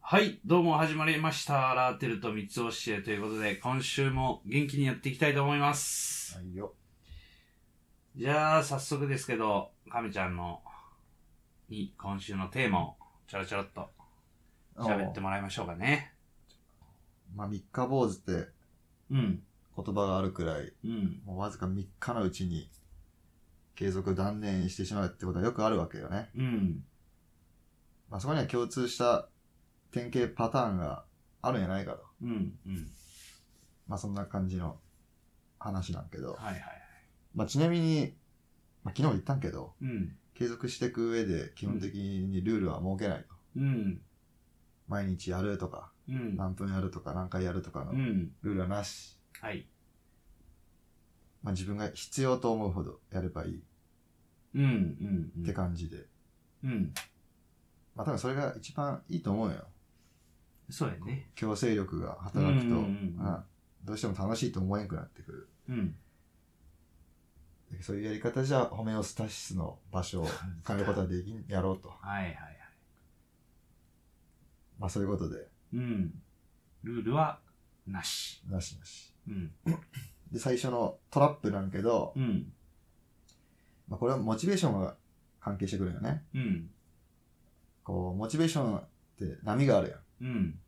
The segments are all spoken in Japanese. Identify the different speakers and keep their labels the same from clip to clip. Speaker 1: はい、どうも始まりました。ラーテルと三つ教えということで、今週も元気にやっていきたいと思います。
Speaker 2: はいよ。
Speaker 1: じゃあ、早速ですけど、亀ちゃんの、に、今週のテーマを、ちょろちょろっと、喋ってもらいましょうかね。
Speaker 2: まあ、三日坊主って
Speaker 1: うん、
Speaker 2: 言葉があるくらい、
Speaker 1: うん、
Speaker 2: もうわずか3日のうちに継続断念してしまうってことはよくあるわけよね。
Speaker 1: うん、
Speaker 2: まあ、そこには共通した典型パターンがあるんじゃないかと。
Speaker 1: うん、うん。
Speaker 2: まあ、そんな感じの話なんけど。
Speaker 1: はいはい。
Speaker 2: まあ、ちなみに、まあ、昨日も言ったんけど、
Speaker 1: うん、
Speaker 2: 継続していく上で基本的にルールは設けないと。
Speaker 1: うん、
Speaker 2: 毎日やるとか、
Speaker 1: うん、
Speaker 2: 何分やるとか、何回やるとかの
Speaker 1: うん、
Speaker 2: ルールはなし。
Speaker 1: はい。
Speaker 2: まあ、自分が必要と思うほどやればいい
Speaker 1: うん、うん、うん。
Speaker 2: って感じで。
Speaker 1: うん。
Speaker 2: まあ多分それが一番いいと思うよ。
Speaker 1: そうやね。
Speaker 2: 強制力が働くと、
Speaker 1: うんうんうん
Speaker 2: あどうしても楽しいと思えんくなってく
Speaker 1: うん。
Speaker 2: る。そういうやり方じゃホメオスタシスの場所を変えることはできん、やろうと。
Speaker 1: はいはいはい。
Speaker 2: まあそういうことで、
Speaker 1: うん。ルールは、なし。
Speaker 2: なしなし。
Speaker 1: うん。
Speaker 2: で、最初のトラップなんけど、
Speaker 1: うん。
Speaker 2: まあこれはモチベーションが関係してくるよね。
Speaker 1: うん。
Speaker 2: こう、モチベーションって波があるやん。
Speaker 1: うん。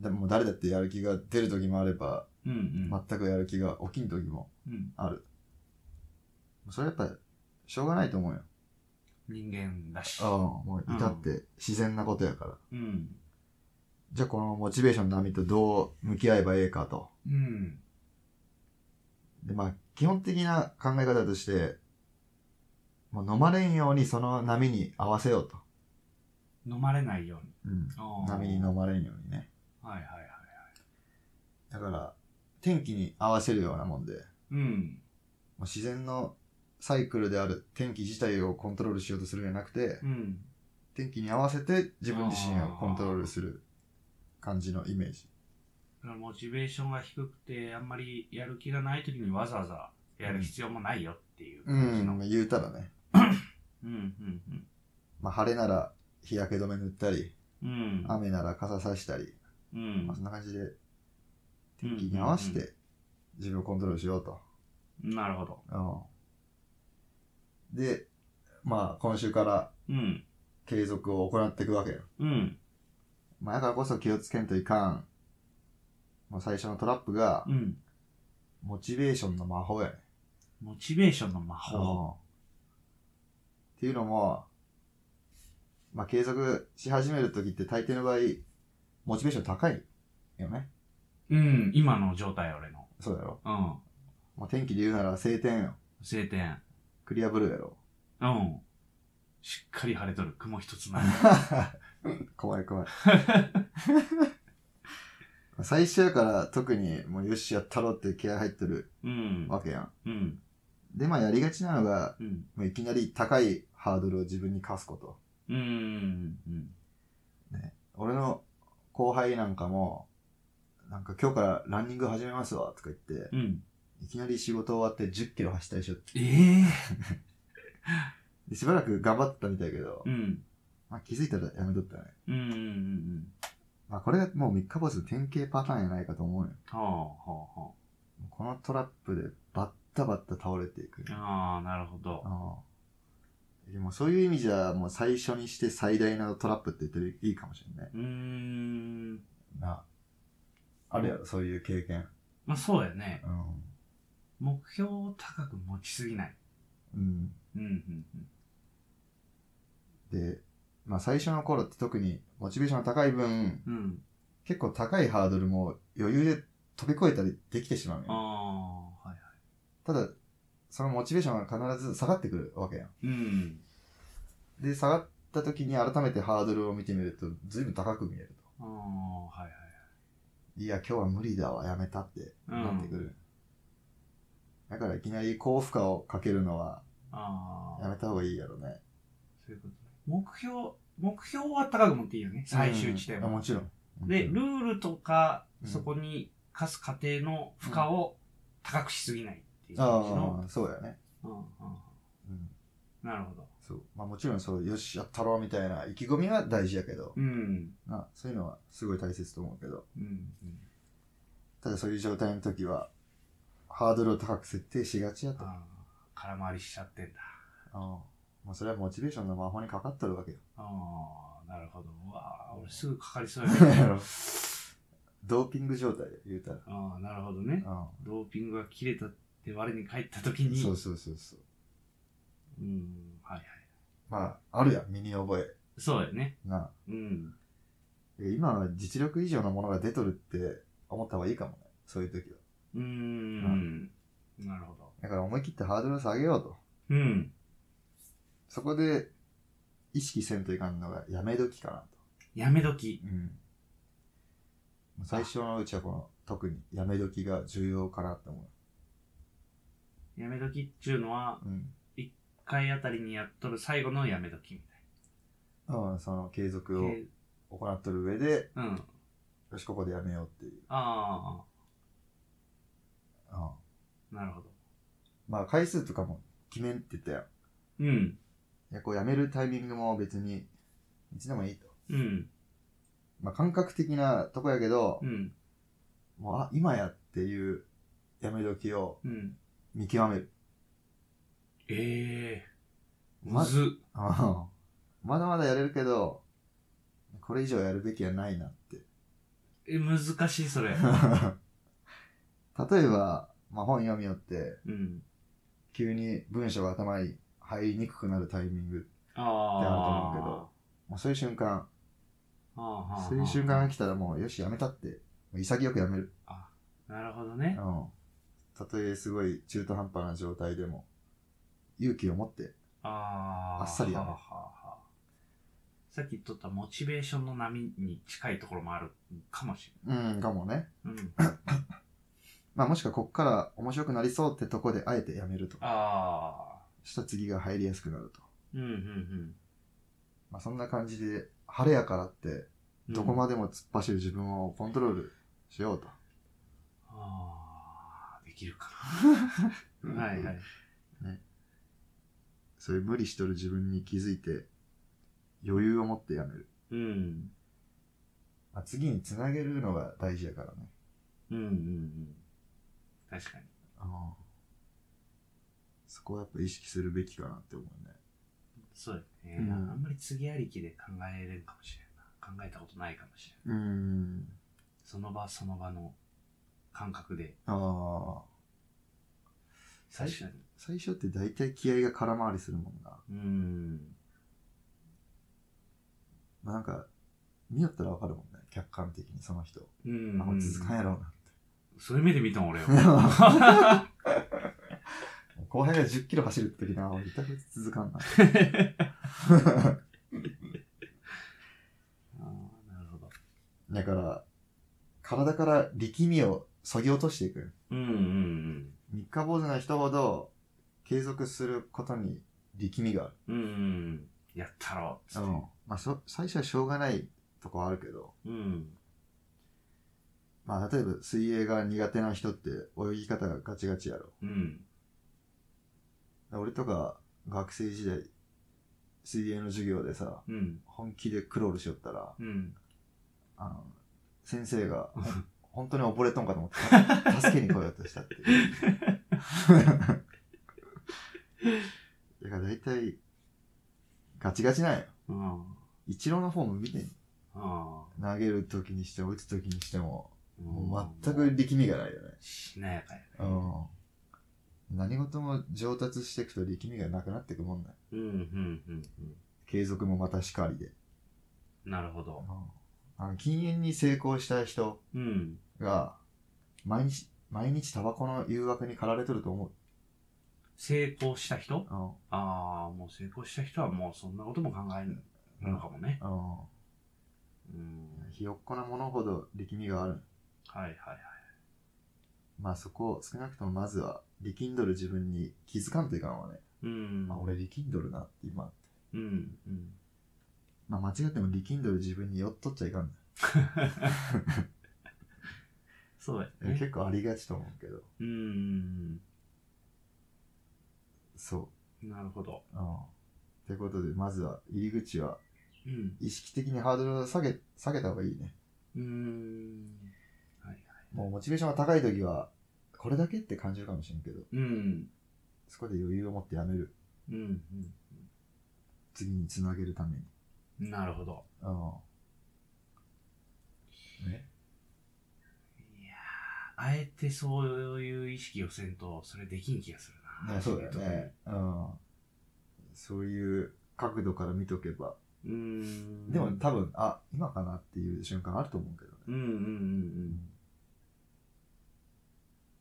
Speaker 2: でもう誰だってやる気が出る時もあれば、
Speaker 1: うん。うん。
Speaker 2: 全くやる気が起きん時も
Speaker 1: うん。
Speaker 2: ある。それやっぱ、しょうがないと思うよ。
Speaker 1: 人間だし。
Speaker 2: ああ、もう至って自然なことやから。
Speaker 1: うん。
Speaker 2: じゃあこのモチベーションの波とどう向き合えばええかと。
Speaker 1: うん。
Speaker 2: で、まあ、基本的な考え方として、もう飲まれんようにその波に合わせようと。
Speaker 1: 飲まれないように。
Speaker 2: うん。波に飲まれんようにね。
Speaker 1: はいはいはい。
Speaker 2: だから、天気に合わせるようなもんで、も
Speaker 1: うん。
Speaker 2: う自然のサイクルである天気自体をコントロールしようとするんじゃなくて、
Speaker 1: うん。
Speaker 2: 天気に合わせて自分自身をコントロールする感じのイメージ。
Speaker 1: だからモチベーションが低くて、あんまりやる気がないときにわざわざやる必要もないよっていう
Speaker 2: う
Speaker 1: 感じの。
Speaker 2: ん、言うたらね。
Speaker 1: うん。うん。
Speaker 2: まあ、晴れなら日焼け止め塗ったり、
Speaker 1: うん。うん。
Speaker 2: 雨なら傘さしたり、
Speaker 1: うん
Speaker 2: まあ、そんな感じで天気に合わせて自分をコントロールしようと。
Speaker 1: なるほど。
Speaker 2: うんで、まあ今週から
Speaker 1: うん。
Speaker 2: 継続を行っていくわけよ。
Speaker 1: うん。
Speaker 2: まあだからこそ気をつけんといかん。もう最初のトラップが
Speaker 1: う、ん。
Speaker 2: モチベーションの魔法やね。
Speaker 1: モチベーションの魔
Speaker 2: う
Speaker 1: 法。
Speaker 2: んっていうのも、まあ継続し始めるときって大抵の場合、モチベーション高いよね。
Speaker 1: うん。今の状態、俺の。
Speaker 2: そうだろ。
Speaker 1: うん。
Speaker 2: まあ天気で言うなら晴天よ。
Speaker 1: 晴天。
Speaker 2: クリアブルーやろ。
Speaker 1: うん。しっかり晴れとる。雲一つない。
Speaker 2: 怖い怖い。最初やから特にもうよしやったろって気合入ってる
Speaker 1: うん。
Speaker 2: わけやん。
Speaker 1: うん。
Speaker 2: で、まあやりがちなのが、
Speaker 1: うん。
Speaker 2: もういきなり高いハードルを自分に課すこと。
Speaker 1: うん。うん。
Speaker 2: 俺の後輩なんかも、なんか今日からランニング始めますわとか言って、
Speaker 1: うん。
Speaker 2: いきなり仕事終わって10キロ走ったでしょって。
Speaker 1: ええ
Speaker 2: で、しばらく頑張ってたみたいやけど、
Speaker 1: うん。
Speaker 2: まあ気づいたらやめとったね。
Speaker 1: うん。うん。うん。
Speaker 2: まあこれがもう3日坊主の典型パターンやないかと思うよ。
Speaker 1: はあ、はあ、は
Speaker 2: このトラップでバッタバッタ倒れていく。
Speaker 1: あ。ああ、なるほど。
Speaker 2: うんでもそういう意味じゃ、もう最初にして最大のトラップって言ってるいいかもしれない。
Speaker 1: うーん。
Speaker 2: なあるやろ、そういう経験。
Speaker 1: まあそうだよね。
Speaker 2: うん。
Speaker 1: 目標を高く持ちすぎない。
Speaker 2: うん。
Speaker 1: うん。うん。
Speaker 2: で、まあ最初の頃って特にモチベーションが高い分、
Speaker 1: うん。うん、
Speaker 2: 結構高いハードルも余裕で飛び越えたりできてしまう
Speaker 1: あ
Speaker 2: よ。
Speaker 1: あ、はいは
Speaker 2: ただ、そのモチベーションが必ず下がってくるわけやん。
Speaker 1: い。うん。
Speaker 2: で、下がった時に改めてハードルを見てみると、随分高く見える
Speaker 1: ああ、はいはい。
Speaker 2: と。いや、今日は無理だわ、やめたって
Speaker 1: うん
Speaker 2: なってくる。だからいきなり高負荷をかけるのは
Speaker 1: あ
Speaker 2: や
Speaker 1: あ、
Speaker 2: めた方がいいやろね。
Speaker 1: そういうことね。目標、目標は高く持っていいよね。最終地点
Speaker 2: あ
Speaker 1: は。
Speaker 2: もちろん。
Speaker 1: で、
Speaker 2: もち
Speaker 1: ルールとか、
Speaker 2: うん
Speaker 1: そこに課す過程の負荷を高くしすぎないっていう
Speaker 2: ろ
Speaker 1: 感じ
Speaker 2: ん
Speaker 1: の。
Speaker 2: ああ、そうやね。
Speaker 1: うんうん
Speaker 2: うん。
Speaker 1: なるほど。
Speaker 2: そう。まあもちろんそう、よし、やったろうみたいな意気込みは大事やけど、
Speaker 1: うん。
Speaker 2: なそういうのはすごい大切と思うけど、
Speaker 1: うん。
Speaker 2: ただそういう状態の時は、ハードルを高く設定しがちやと。あ
Speaker 1: ああ、空回りしちゃってんだ。
Speaker 2: あ。もうそれはモチベーションの魔法にかかっとるわけよ。
Speaker 1: ああ、なるほど。うわあ、俺すぐかかりそうや
Speaker 2: ドーピング状態で言うたら。
Speaker 1: ああ、なるほどね。
Speaker 2: う
Speaker 1: ドーピングが切れたって我に返った時
Speaker 2: ん。
Speaker 1: に。
Speaker 2: そうそうそうそ
Speaker 1: う
Speaker 2: う。
Speaker 1: ん、はいはい。
Speaker 2: まあ、あるやん、身に覚え。
Speaker 1: そうやね。
Speaker 2: なあ
Speaker 1: うん。
Speaker 2: 今は実力以上のものが出とるって思った方がいいかもね。そういう時は。
Speaker 1: うーん。なるほど。
Speaker 2: だから思い切ってハードルを下げようと。
Speaker 1: うん。
Speaker 2: そこで意識せんといかんのがやめ時かなと。
Speaker 1: やめ時。
Speaker 2: うん。最初のうちはこの、特にやめ時が重要かなって思
Speaker 1: やめ時っちゅうのは、
Speaker 2: う。うん。
Speaker 1: 1回あたりにやっとる最後のやめ時み
Speaker 2: うん、その継
Speaker 1: たい
Speaker 2: 続
Speaker 1: な。
Speaker 2: を
Speaker 1: えー
Speaker 2: 行っとる上で、
Speaker 1: うん。
Speaker 2: よし、ここでやめようっていう。
Speaker 1: あ
Speaker 2: うん。
Speaker 1: あ、なるほど。
Speaker 2: まあ、回数とかも決めんって言ったよ。
Speaker 1: うん。
Speaker 2: いや、こうやめるタイミングも別に、いつでもいいと。
Speaker 1: うん。
Speaker 2: まあ、感覚的なとこやけど、
Speaker 1: うん。
Speaker 2: もう、あ、今やっていうやめ時を
Speaker 1: うん。
Speaker 2: 見極める。
Speaker 1: ええー。
Speaker 2: ま
Speaker 1: むず。
Speaker 2: あーまだまだやれるけど、これ以上やるべきはないなって。
Speaker 1: え、難しい、 それ。
Speaker 2: 例えば、まあ、本読みよって、
Speaker 1: うん。
Speaker 2: 急に文章が頭に入りにくくなるタイミング。
Speaker 1: あ
Speaker 2: ってあると
Speaker 1: あ。
Speaker 2: 思うけど。もうそういう瞬間、
Speaker 1: ああああ。
Speaker 2: そういう瞬間が来たらもう、よし、やめたって。もう潔くやめる。
Speaker 1: なるほど
Speaker 2: うん
Speaker 1: ね。。
Speaker 2: たとえすごい中途半端な状態でも、勇気を持って。
Speaker 1: ああ。
Speaker 2: あっさりやね
Speaker 1: はあはあはあさっき言っとったモチベーションの波に近いところもあるかもし
Speaker 2: うん、かもね。
Speaker 1: れない。うん。
Speaker 2: まあ、もしくはこっから面白くなりそうってとこで、あえてやめると。
Speaker 1: ああ。
Speaker 2: したら次が入りやすくなると。
Speaker 1: うんうんうん。
Speaker 2: まあ、そんな感じで、晴れやからって、どこまでも突っ走る自分をコントロールしようと。
Speaker 1: ああ、できるかな。はいはい。
Speaker 2: そういう無理しとる自分に気づいて、余裕を持ってやめる。
Speaker 1: うん。
Speaker 2: まあ、次につなげるのが大事やからね。
Speaker 1: うんうんうん。確かに。
Speaker 2: あそこはやっぱ意識するべきかなって思うね。
Speaker 1: そうだね。
Speaker 2: うん
Speaker 1: あんまり次ありきで考えれるかもしれんない。考えたことないかもしれない。
Speaker 2: うん。
Speaker 1: その場その場の感覚で。
Speaker 2: ああ。最
Speaker 1: 確
Speaker 2: 初
Speaker 1: かに。
Speaker 2: 最初って大体気合が空回りするもんな。
Speaker 1: うん。
Speaker 2: まあ、なんか、見よったらわかるもんね。客観的にその人。
Speaker 1: うん。
Speaker 2: あ、もう続かんやろうな。
Speaker 1: そういう目で見たん俺よ。
Speaker 2: 後輩が10キロ走るって時な、俺痛く続かんな。
Speaker 1: ああ、なるほど。
Speaker 2: だから、体から力みを削ぎ落としていくよ。
Speaker 1: うんうんうん。
Speaker 2: 三日坊主な人ほど、継続することに力みがある。
Speaker 1: うんうん。やったろうっつって。
Speaker 2: まあ、そ最初はしょうがないとこはあるけど、
Speaker 1: うん。
Speaker 2: まあ、例えば水泳が苦手な人って泳ぎ方がガチガチやろ。
Speaker 1: うん。
Speaker 2: 俺とか学生時代、水泳の授業でさ、
Speaker 1: うん。
Speaker 2: 本気でクロールしよったら、
Speaker 1: うん。
Speaker 2: あの、先生が、ほん本当に溺れとんかと思って、助けに来ようとしたっていう。 だから大体、ガチガチなんよ。
Speaker 1: うん。
Speaker 2: 一郎のフォーム見てん
Speaker 1: あ
Speaker 2: 投げるときにしても、打つときにしても、
Speaker 1: あ。
Speaker 2: もう全く力みがないよね。
Speaker 1: しなやかやね。
Speaker 2: うん。何事も上達していくと力みがなくなっていくもんだよ。
Speaker 1: うん、うん、うん、
Speaker 2: 継続もまたしかりで。
Speaker 1: うん。なるほ
Speaker 2: う
Speaker 1: ど
Speaker 2: ん。あの禁煙に成功した人
Speaker 1: うん。
Speaker 2: が、毎日、毎日タバコの誘惑に駆られとると思う。
Speaker 1: 成功した人
Speaker 2: うん。
Speaker 1: ああ、もう成功した人はもうそんなことも考えるのかもね。
Speaker 2: う
Speaker 1: うん。
Speaker 2: ん。ひよっこなものほど力みがある。
Speaker 1: はいはいはい。
Speaker 2: まあそこを少なくともまずは力んどる自分に気づかんといかんわね。
Speaker 1: うん。
Speaker 2: まあ俺力んどるなって今。
Speaker 1: うん、うん。
Speaker 2: まあ間違っても力んどる自分に寄っとっちゃいかん
Speaker 1: そうや
Speaker 2: ね。
Speaker 1: ね。
Speaker 2: 結構ありがちと思うけど。
Speaker 1: うん。
Speaker 2: そ
Speaker 1: なるほど。
Speaker 2: う。うん。ということで、まずは入り口は
Speaker 1: うん。
Speaker 2: 意識的にハードルを下げ、下げた方がいいね。
Speaker 1: うーん。はいはい。
Speaker 2: もうモチベーションが高い時は、これだけって感じるかもしれんけど、
Speaker 1: うん。
Speaker 2: そこで余裕を持ってやめる。
Speaker 1: うん。
Speaker 2: 次につなげるために。
Speaker 1: うん。なるほど。
Speaker 2: うん。ね。
Speaker 1: いやーあえてそういう意識をせんと、それできん気がするな。
Speaker 2: ねそうだよね。うん。そういう角度から見とけば。
Speaker 1: うーん。
Speaker 2: でも多分、あ、今かなっていう瞬間あると思うけどね。
Speaker 1: うんうんうん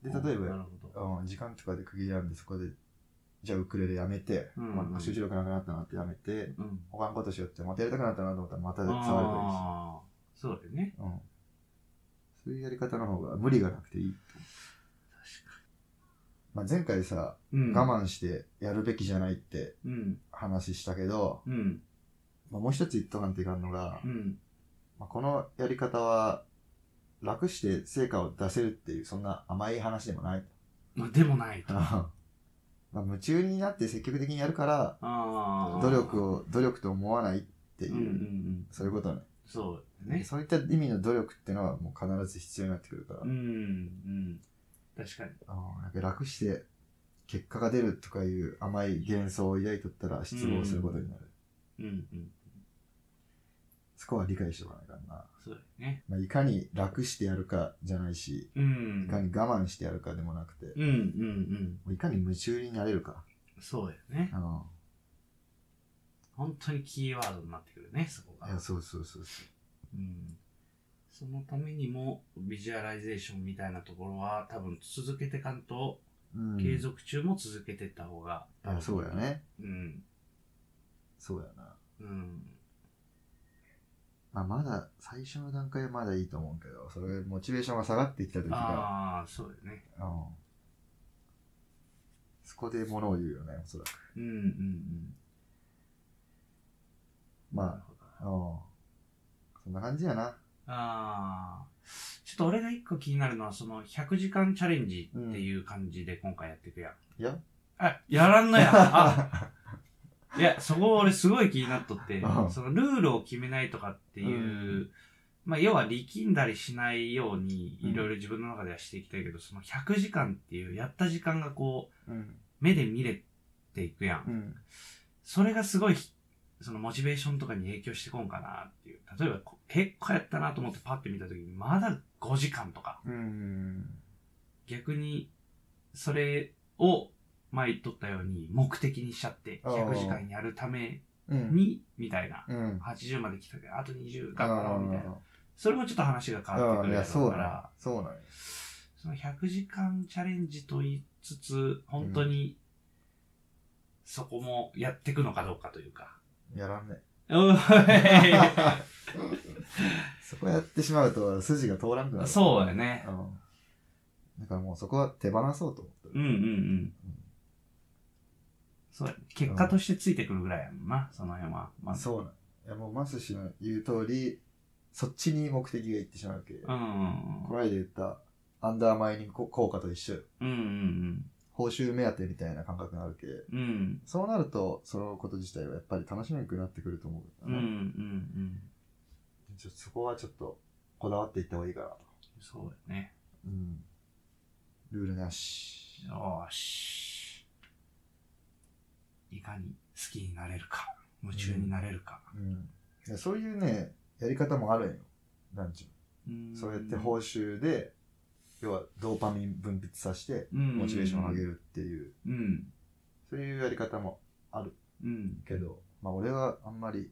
Speaker 1: うん。
Speaker 2: で、例え
Speaker 1: な
Speaker 2: ば
Speaker 1: る、ほど。
Speaker 2: うん、時間とかで区切りなんで、そこで、じゃあウクレレやめて、
Speaker 1: うん
Speaker 2: まあ、集中力なくなったなってやめて、
Speaker 1: うん。
Speaker 2: 他のことしようって、またやりたくなったなと思ったらまた触れば
Speaker 1: ああ、そうだよね。
Speaker 2: いいし。うん。そういうやり方の方が無理がなくていいと思う。まあ、前回さ、
Speaker 1: 確かに。うん。
Speaker 2: 我慢してやるべきじゃないって
Speaker 1: うん。
Speaker 2: 話したけど、
Speaker 1: うん。
Speaker 2: まあ、もう一つ言っとかんといかんのが、
Speaker 1: うん。
Speaker 2: まあ、このやり方は楽して成果を出せるっていうそんな甘い話でもない。
Speaker 1: まあ、でもないと。
Speaker 2: まあ夢中になって積極的にやるから
Speaker 1: ああ。
Speaker 2: 努力
Speaker 1: を。
Speaker 2: を努力と思わないっていうう、
Speaker 1: んうんうん。
Speaker 2: そういうことね
Speaker 1: そうだよね。
Speaker 2: そういった意味の努力っていうのはもう必ず必要になってくるから、
Speaker 1: うんうん。確かに。
Speaker 2: あのなんか楽して結果が出るとかいう甘い幻想を抱いとったら失望することになる、
Speaker 1: うんうん。
Speaker 2: そこは理解しておかないからな、
Speaker 1: そうだよね。
Speaker 2: まあ、いかに楽してやるかじゃないし
Speaker 1: うん。
Speaker 2: いかに我慢してやるかでもなくて、
Speaker 1: うんうんうん。
Speaker 2: もういかに夢中になれるか。
Speaker 1: そうだよね。
Speaker 2: あの
Speaker 1: 本当にキーワードになってくるね、そこ
Speaker 2: いや、
Speaker 1: が。
Speaker 2: そうそうそうそ
Speaker 1: うん。そのためにも、ビジュアライゼーションみたいなところは、多分続けてかんと、
Speaker 2: う。うん、
Speaker 1: 継続中も続けてった方が。
Speaker 2: いや、そうや。ね。
Speaker 1: うん。
Speaker 2: そうやな。
Speaker 1: うん。
Speaker 2: まあ、まだ、最初の段階はまだいいと思うけど、それ、モチベーションが下がってきた時が、
Speaker 1: ああ、そうだよね。
Speaker 2: うん。そこで物を言うよね、おそらく。
Speaker 1: うんうんうん。なる
Speaker 2: ま
Speaker 1: ほど。
Speaker 2: あ、うん。そんな感じやな。
Speaker 1: ああ。ちょっと俺が一個気になるのは、その100時間チャレンジっていう感じで今回やっていくやん。
Speaker 2: いや、
Speaker 1: あ、やらん のや。あいや、そこ俺すごい気になっとって
Speaker 2: う、ん
Speaker 1: そのルールを決めないとかっていう、
Speaker 2: うん
Speaker 1: まあ要は力んだりしないように、
Speaker 2: うん
Speaker 1: いろいろ自分の中ではしていきたいけど、その100時間っていう、やった時間がこう、
Speaker 2: うん。
Speaker 1: 目で見れていくやん。
Speaker 2: うん。
Speaker 1: それがすごいひ、そのモチベーションとかに影響してこんかなっていう。例えばこ、結構やったなと思ってパッて見た時に、まだ5時間とか。
Speaker 2: うん。
Speaker 1: 逆に、それを前言っとったように、目的にしちゃって、
Speaker 2: あー
Speaker 1: 100時間やるため
Speaker 2: うん。
Speaker 1: に、みたいな。
Speaker 2: うん。
Speaker 1: 80まで来たけど、あと20
Speaker 2: あ
Speaker 1: 頑張ろう、みたいな。それもちょっと話が変わって
Speaker 2: あ
Speaker 1: く
Speaker 2: い
Speaker 1: るや
Speaker 2: や、
Speaker 1: ろ
Speaker 2: そうう
Speaker 1: か
Speaker 2: だ
Speaker 1: ら
Speaker 2: な。。そうだね。
Speaker 1: その100時間チャレンジと言いつつ、本当に、そこもやっていくのかどうかというか。
Speaker 2: やらんね。
Speaker 1: お い
Speaker 2: そこやってしまうと、筋が通らんくなる。
Speaker 1: そうだよね。
Speaker 2: うん。だからもうそこは手放そうと思った。
Speaker 1: うんうんうん。そうや結果としてついてくるぐらいやもんな、その辺は。まあ、
Speaker 2: そうなん。いやもうマス氏の言う通り、そっちに目的がいってしまうけ。
Speaker 1: う。ん
Speaker 2: この間言ったアンダーマイニング効果と一緒よ。
Speaker 1: うんうん
Speaker 2: 報酬目当てみたいな感覚になるけ。
Speaker 1: うん。うん。
Speaker 2: そうなると、そのこと自体はやっぱり楽しめなくなってくると思う
Speaker 1: うんう
Speaker 2: か
Speaker 1: んう
Speaker 2: らね、
Speaker 1: ん。
Speaker 2: ちょそこはちょっとこだわっていった方がいいかなと。
Speaker 1: そうだね。
Speaker 2: うん。ルールなし。
Speaker 1: よーし。いかに好きになれるか、夢中になれるか。
Speaker 2: うん。いやそういうね、やり方もあるんよ。なんちゅうの
Speaker 1: ん
Speaker 2: そうやって報酬で、要はドーパミン分泌させて、
Speaker 1: うん
Speaker 2: モチベーションを上げるっていう、
Speaker 1: うん。
Speaker 2: そういうやり方もある
Speaker 1: うん。
Speaker 2: けど、まあ俺はあんまり、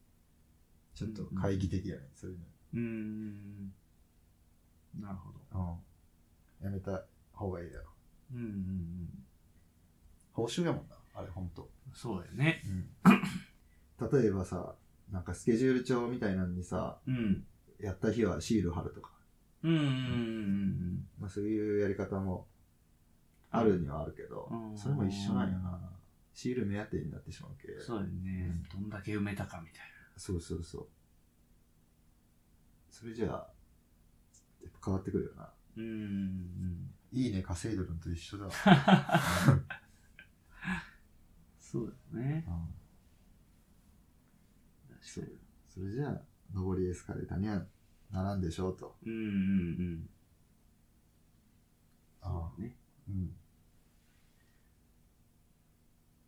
Speaker 2: ちょっと懐疑的やね、そういう
Speaker 1: うん。なるほど。
Speaker 2: の。うん。やめた方がいいだろ。
Speaker 1: うんうんうん。
Speaker 2: 報酬やもんな、あれほんと。
Speaker 1: そうだよね。
Speaker 2: うん。例えばさ、なんかスケジュール帳みたいなのにさ、
Speaker 1: うん。
Speaker 2: やった日はシール貼るとか、
Speaker 1: うんうんうん
Speaker 2: まあそういうやり方もあるにはあるけど
Speaker 1: う、ん
Speaker 2: それも一緒なんやな。シール目当てになってしまうけ。
Speaker 1: うん。そうだよね。どんだけ埋めたかみたい
Speaker 2: そうそうそう。それじゃあ、やっぱ変わってくるよな。
Speaker 1: な。うんうんうん。
Speaker 2: いいね稼いでるのと一緒 だわ。
Speaker 1: そうだよね。
Speaker 2: うんそう。それじゃあ、上りエスカレーターにはならんでしょうと。
Speaker 1: うんうんうん。
Speaker 2: あ
Speaker 1: そうね。
Speaker 2: うん。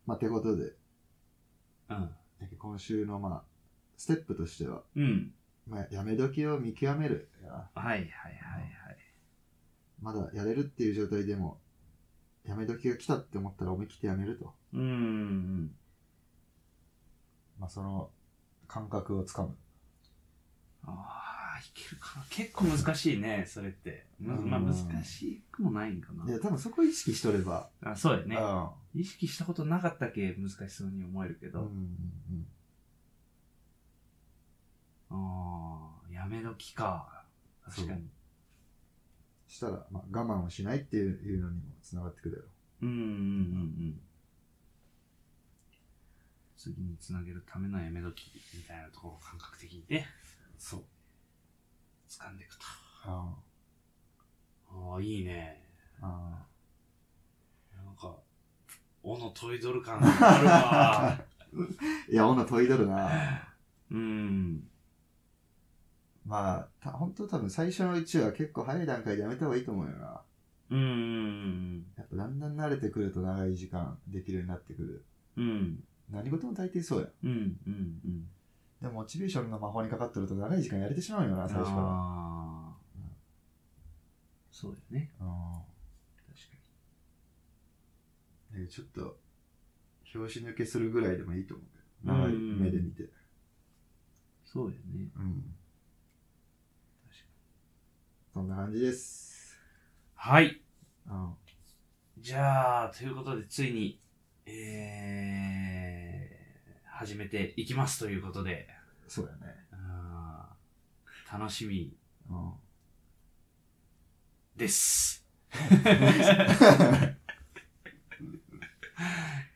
Speaker 2: まあ、てことで、
Speaker 1: うん。
Speaker 2: 今週のまあ、ステップとしては、
Speaker 1: うん。
Speaker 2: まあ、やめ時を見極める。
Speaker 1: はいはいはいはい。
Speaker 2: まだやれるっていう状態でも、やめ時が来たって思ったら思い切ってやめると。
Speaker 1: うんうんうん。
Speaker 2: まあ、その感覚をつかむ。
Speaker 1: ああ、いけるかな。結構難しいね、それって。む
Speaker 2: うん
Speaker 1: まあ難しくもないんか
Speaker 2: いや、多分そこ意識しとれば、
Speaker 1: な。あそうだよね。
Speaker 2: あ
Speaker 1: 意識したことなかったけ難しそうに思えるけ
Speaker 2: あうんう
Speaker 1: ど。
Speaker 2: んうん、
Speaker 1: ああ、やめ時か。確かに。
Speaker 2: したら、まあ、我慢をしないっていうのにもつながってくるよ。
Speaker 1: うんうんうんうん。次につなげるためのやめ時みたいなところを感覚的にね、
Speaker 2: そう。
Speaker 1: 掴んでいくと。
Speaker 2: あ
Speaker 1: ああ、いいね。
Speaker 2: ああ
Speaker 1: なんか、斧研いどる感があるわ。
Speaker 2: あいや、女問いどる な。
Speaker 1: うん。
Speaker 2: まあ、た本当多分最初のうちは結構早い段階でやめた方がいいと思うよな。
Speaker 1: うんうん
Speaker 2: やっぱだんだん慣れてくると長い時間できるようになってくる。
Speaker 1: うん。うん。
Speaker 2: 何事も大抵そうや。
Speaker 1: うんうんうん。
Speaker 2: でもモチベーションの魔法にかかってると長い時間やれてしまうよな、最初か
Speaker 1: あーそうだよね。
Speaker 2: ら。うん
Speaker 1: 確か
Speaker 2: えーちょっと、拍子抜けするぐらいでもいいと思うけど。
Speaker 1: うん
Speaker 2: 長い目で見て。
Speaker 1: に。そうだよね。
Speaker 2: うん。
Speaker 1: 確かに。
Speaker 2: そんな感じです。
Speaker 1: はい。
Speaker 2: うん。
Speaker 1: じゃあ、ということで、ついに、えー、始めていきますということで、
Speaker 2: そうやね。
Speaker 1: あー楽しみ
Speaker 2: うん。
Speaker 1: です。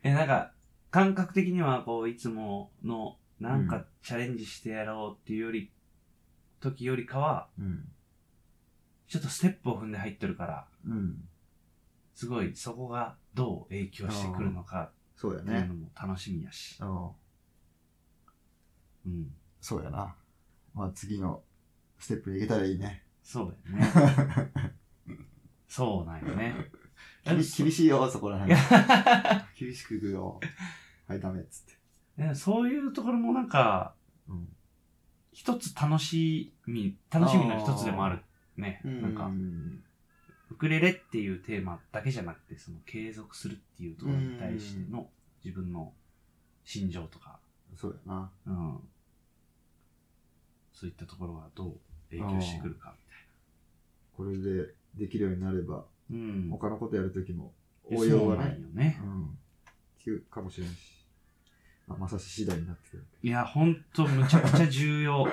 Speaker 1: え、なんか、感覚的には、こう、いつもの、なん
Speaker 2: う
Speaker 1: かチャレンジしてやろうっていうより、時よりかは、
Speaker 2: うん。
Speaker 1: ちょっとステップを踏んで入ってるから、
Speaker 2: うん。
Speaker 1: すごい、そこがどう影響してくるのか
Speaker 2: そうや
Speaker 1: っていう
Speaker 2: ね。
Speaker 1: のも楽しみやし。
Speaker 2: うん。
Speaker 1: うん。
Speaker 2: そうやな。まあ次のステップに行けたらいい ね。
Speaker 1: そうだよね。そうなんよね。
Speaker 2: 厳し 厳
Speaker 1: し
Speaker 2: しいよ、そこら辺。厳しくいくよ。はい、ダメっつって。
Speaker 1: そういうところもなんか、
Speaker 2: うん。
Speaker 1: 一つ楽しみ、楽しみの一つでもある。ね。なん
Speaker 2: う
Speaker 1: か、
Speaker 2: ん
Speaker 1: ウクレレっていうテーマだけじゃなくて、その継続するっていうところに対しての自分の心情とか、
Speaker 2: そうやな。
Speaker 1: うん。そういったところがどう影響してくるか
Speaker 2: これでできるようになれば、
Speaker 1: みたいな。うん。
Speaker 2: 他のことやるときも応用
Speaker 1: そう
Speaker 2: が
Speaker 1: な
Speaker 2: ね
Speaker 1: ん、よね
Speaker 2: う。ん。効くかもしれんし。まあ、まさし次第になってくる。
Speaker 1: いや、ほんと、むちゃくちゃ重 要。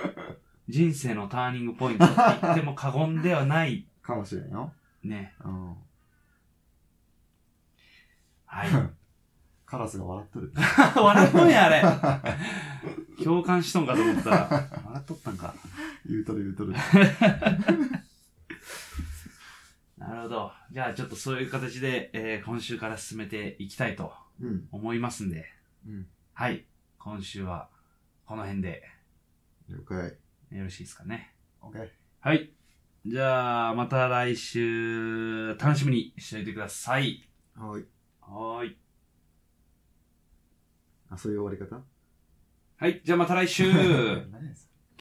Speaker 1: 人生のターニングポイントって言っても過言ではない。
Speaker 2: かもしれんよ。
Speaker 1: ね。
Speaker 2: うん。
Speaker 1: はい。
Speaker 2: カラスが笑っとる。
Speaker 1: 笑っとんや、あれ。共感しとんかと思ったら。笑っとったんか。
Speaker 2: 言うとる言うとる。
Speaker 1: なるほど。じゃあ、ちょっとそういう形で、えー今週から進めていきたいと
Speaker 2: うん。
Speaker 1: 思いますんで。
Speaker 2: うん。
Speaker 1: はい。今週は、この辺で、
Speaker 2: 了解。
Speaker 1: よろしいですかね。
Speaker 2: オッケー。
Speaker 1: はい。じゃあ、また来週、楽しみにしておいてください。
Speaker 2: はい。
Speaker 1: はーい。
Speaker 2: あ、そういう終わり方
Speaker 1: はい。じゃあ、また来週
Speaker 2: 何です